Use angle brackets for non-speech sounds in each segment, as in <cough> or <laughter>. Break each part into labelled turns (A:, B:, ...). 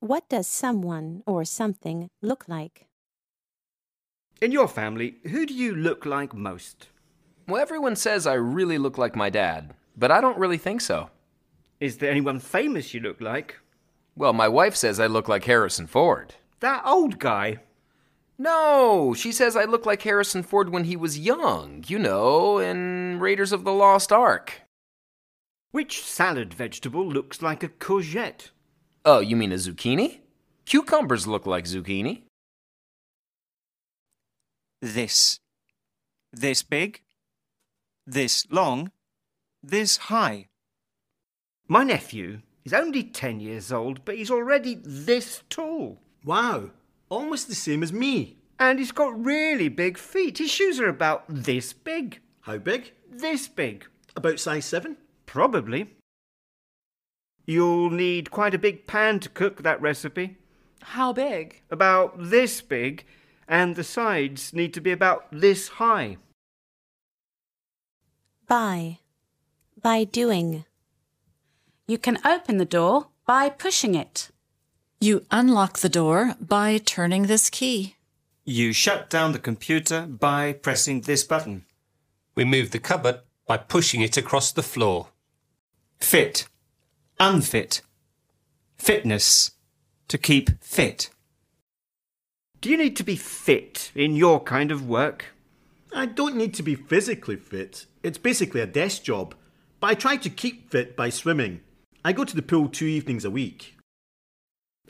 A: What does someone or something look like?
B: In your family, who do you look like most?
C: Well, everyone says I really look like my dad, but I don't really think so.
B: Is there anyone famous you look like?
C: Well, my wife says I look like Harrison Ford.
B: That old guy.
C: No, she says I look like Harrison Ford when he was young, you know, in Raiders of the Lost Ark.
B: Which salad vegetable looks like a courgette?
C: Oh, you mean a zucchini? Cucumbers look like zucchini.
D: this, this big, this long, this high.
B: My nephew is only 10 years old, but he's already this tall.
E: Wow, almost the same as me.
B: And he's got really big feet. His shoes are about this big.
E: How big?
B: This big.
E: About size 7?
B: Probably. You'll need quite a big pan to cook that recipe.
F: How big?
B: About this big, and the sides need to be about this high.
A: By. By doing.
G: You can open the door by pushing it.
H: You unlock the door by turning this key.
D: You shut down the computer by pressing this button.
I: We move the cupboard by pushing it across the floor.
D: Fit, unfit, fitness, to keep fit.
B: Do you need to be fit in your kind of work?
E: I don't need to be physically fit. It's basically a desk job. But I try to keep fit by swimming. I go to the pool two evenings a week.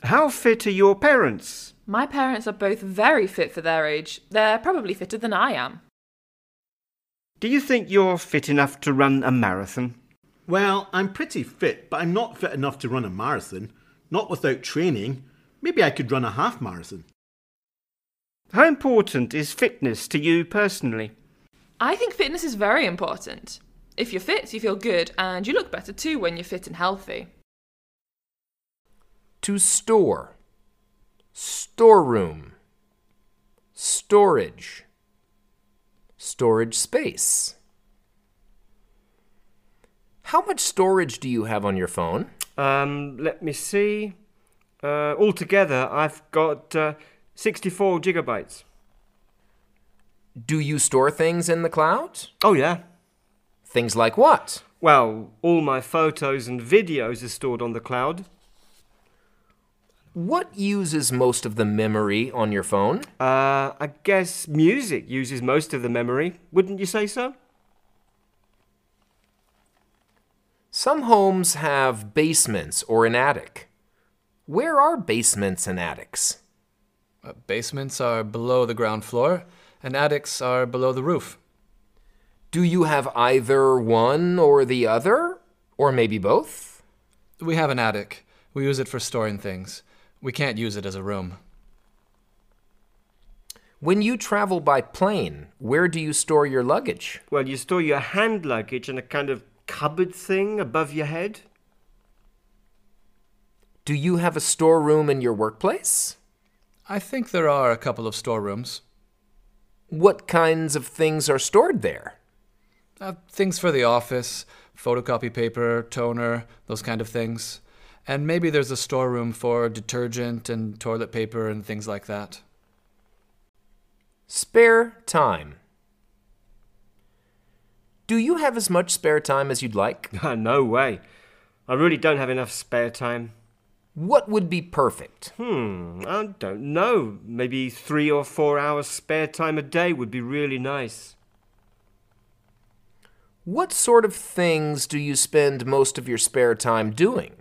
B: How fit are your parents?
F: My parents are both very fit for their age. They're probably fitter than I am.
B: Do you think you're fit enough to run a marathon?
E: Well, I'm pretty fit, but I'm not fit enough to run a marathon. Not without training. Maybe I could run a half marathon.
B: How important is fitness to you personally?
F: I think fitness is very important. If you're fit, you feel good, and you look better too when you're fit and healthy.
C: To store. Storeroom. Storage. Storage space. How much storage do you have on your phone?
B: Um, let me see. Uh, altogether, I've got uh, 64 gigabytes.
C: Do you store things in the cloud?
B: Oh, yeah.
C: Things like what?
B: Well, all my photos and videos are stored on the cloud.
C: What uses most of the memory on your phone?
B: Uh, I guess music uses most of the memory, wouldn't you say so?
C: Some homes have basements or an attic. Where are basements and attics?
J: Uh, Basements are below the ground floor, and attics are below the roof.
C: Do you have either one or the other? Or maybe both?
J: We have an attic. We use it for storing things. We can't use it as a room.
C: When you travel by plane, where do you store your luggage?
B: Well, you store your hand luggage in a kind of cupboard thing above your head. <laughs>
C: Do you have a storeroom in your workplace?
J: I think there are a couple of storerooms.
C: What kinds of things are stored there?
J: Uh, things for the office, photocopy paper, toner, those kind of things. And maybe there's a storeroom for detergent and toilet paper and things like that.
C: Spare time. Do you have as much spare time as you'd like?
B: Ah, no way. I really don't have enough spare time.
C: What would be perfect?
B: Hmm, I don't know. Maybe three or four hours spare time a day would be really nice.
C: What sort of things do you spend most of your spare time doing?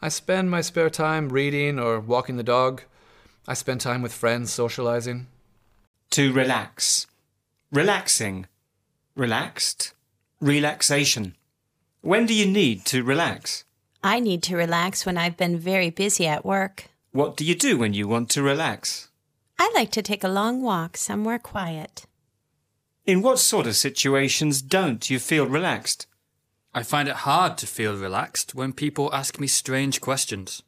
J: I spend my spare time reading or walking the dog. I spend time with friends socializing.
D: To relax, relaxing, relaxed, relaxation. When do you need to relax?
A: I need to relax when I've been very busy at work.
D: What do you do when you want to relax?
A: I like to take a long walk somewhere quiet.
D: In what sort of situations don't you feel relaxed?
K: I find it hard to feel relaxed when people ask me strange questions.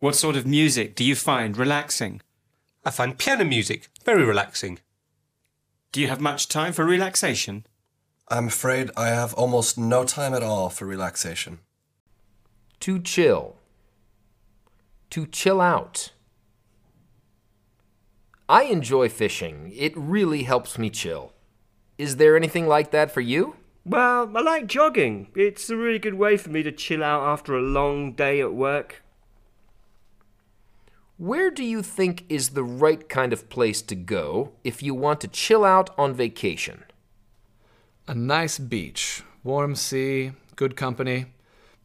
D: What sort of music do you find relaxing?
I: I find piano music very relaxing.
D: Do you have much time for relaxation?
L: I'm afraid I have almost no time at all for relaxation.
C: To chill. to chill out. I enjoy fishing. It really helps me chill. Is there anything like that for you?
B: Well, I like jogging. It's a really good way for me to chill out after a long day at work.
C: Where do you think is the right kind of place to go if you want to chill out on vacation?
J: A nice beach, warm sea, good company.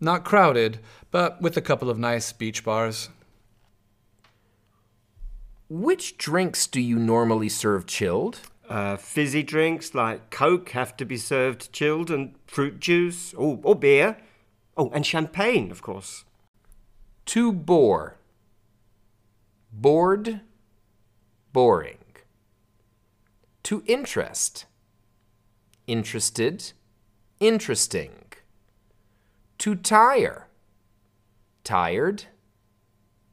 J: Not crowded, but with a couple of nice beach bars.
C: Which drinks do you normally serve chilled?
B: Uh, fizzy drinks like Coke have to be served chilled, and fruit juice, oh, or beer. Oh, and champagne, of course.
C: To bore. Bored. Boring. To interest. Interested. Interesting. To tire. Tired.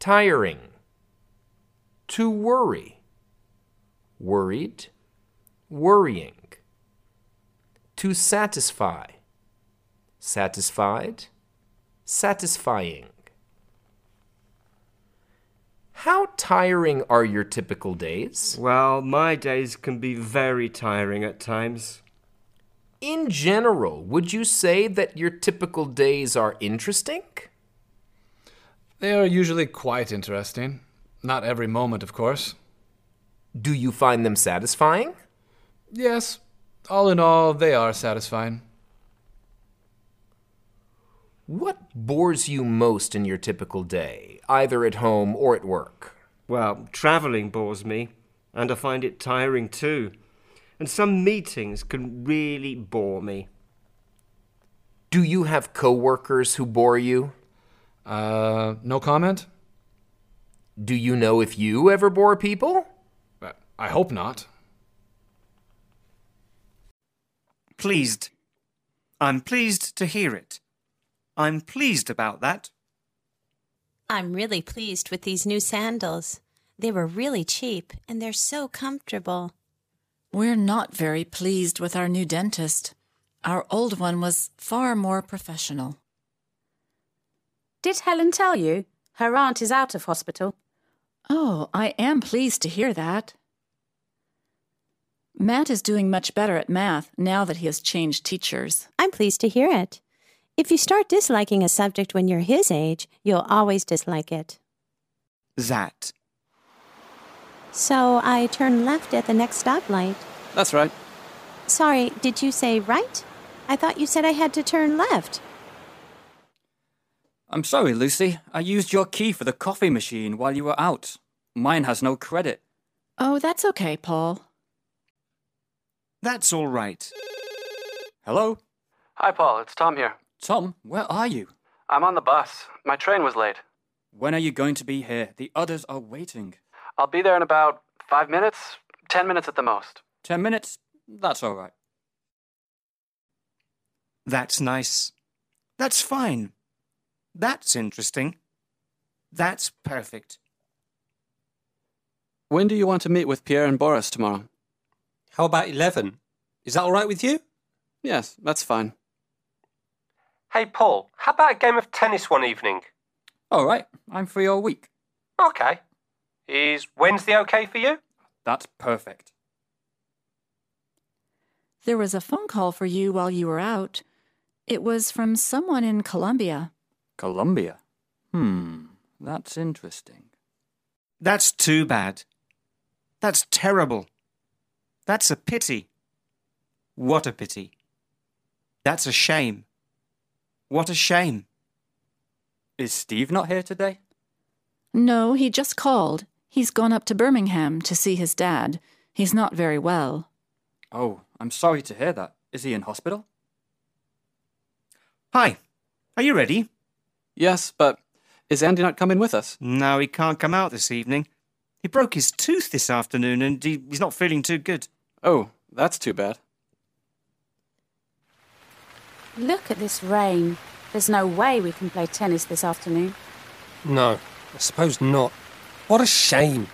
C: Tiring. To worry. Worried worrying. To satisfy, satisfied, satisfying. How tiring are your typical days?
B: Well, my days can be very tiring at times.
C: In general, would you say that your typical days are interesting?
J: They are usually quite interesting. Not every moment, of course.
C: Do you find them satisfying?
J: Yes, all in all, they are satisfying.
C: What bores you most in your typical day, either at home or at work?
B: Well, traveling bores me, and I find it tiring too. And some meetings can really bore me.
C: Do you have coworkers who bore you?
J: Uh, no comment.
C: Do you know if you ever bore people?
J: I hope not.
D: pleased. I'm pleased to hear it. I'm pleased about that.
A: I'm really pleased with these new sandals. They were really cheap and they're so comfortable.
H: We're not very pleased with our new dentist. Our old one was far more professional.
G: Did Helen tell you? Her aunt is out of hospital.
H: Oh, I am pleased to hear that. Matt is doing much better at math now that he has changed teachers.
A: I'm pleased to hear it. If you start disliking a subject when you're his age, you'll always dislike it.
D: That.
A: So I turn left at the next stoplight.
K: That's right.
A: Sorry, did you say right? I thought you said I had to turn left.
K: I'm sorry, Lucy. I used your key for the coffee machine while you were out. Mine has no credit.
H: Oh, that's okay, Paul.
D: That's all right.
K: Hello?
M: Hi, Paul. It's Tom here.
K: Tom, where are you?
M: I'm on the bus. My train was late.
K: When are you going to be here? The others are waiting.
M: I'll be there in about five minutes, ten minutes at the most.
K: Ten minutes? That's all right.
D: That's nice. That's fine. That's interesting. That's perfect.
K: When do you want to meet with Pierre and Boris tomorrow?
I: How about 11? Is that all right with you?
K: Yes, that's fine.
I: Hey, Paul, how about a game of tennis one evening?
K: All right, I'm free all week.
I: OK. Is Wednesday OK for you?
K: That's perfect.
H: There was a phone call for you while you were out. It was from someone in Colombia.
K: Colombia? Hmm, that's interesting.
D: That's too bad. That's terrible. That's a pity. What a pity. That's a shame. What a shame.
K: Is Steve not here today?
H: No, he just called. He's gone up to Birmingham to see his dad. He's not very well.
K: Oh, I'm sorry to hear that. Is he in hospital?
D: Hi. Are you ready?
K: Yes, but is Andy not coming with us?
D: No, he can't come out this e- evening. He broke his tooth this afternoon and he, he's not feeling too good.
K: Oh, that's too bad.
G: Look at this rain. There's no way we can play tennis this afternoon.
I: No, I suppose not. What a shame.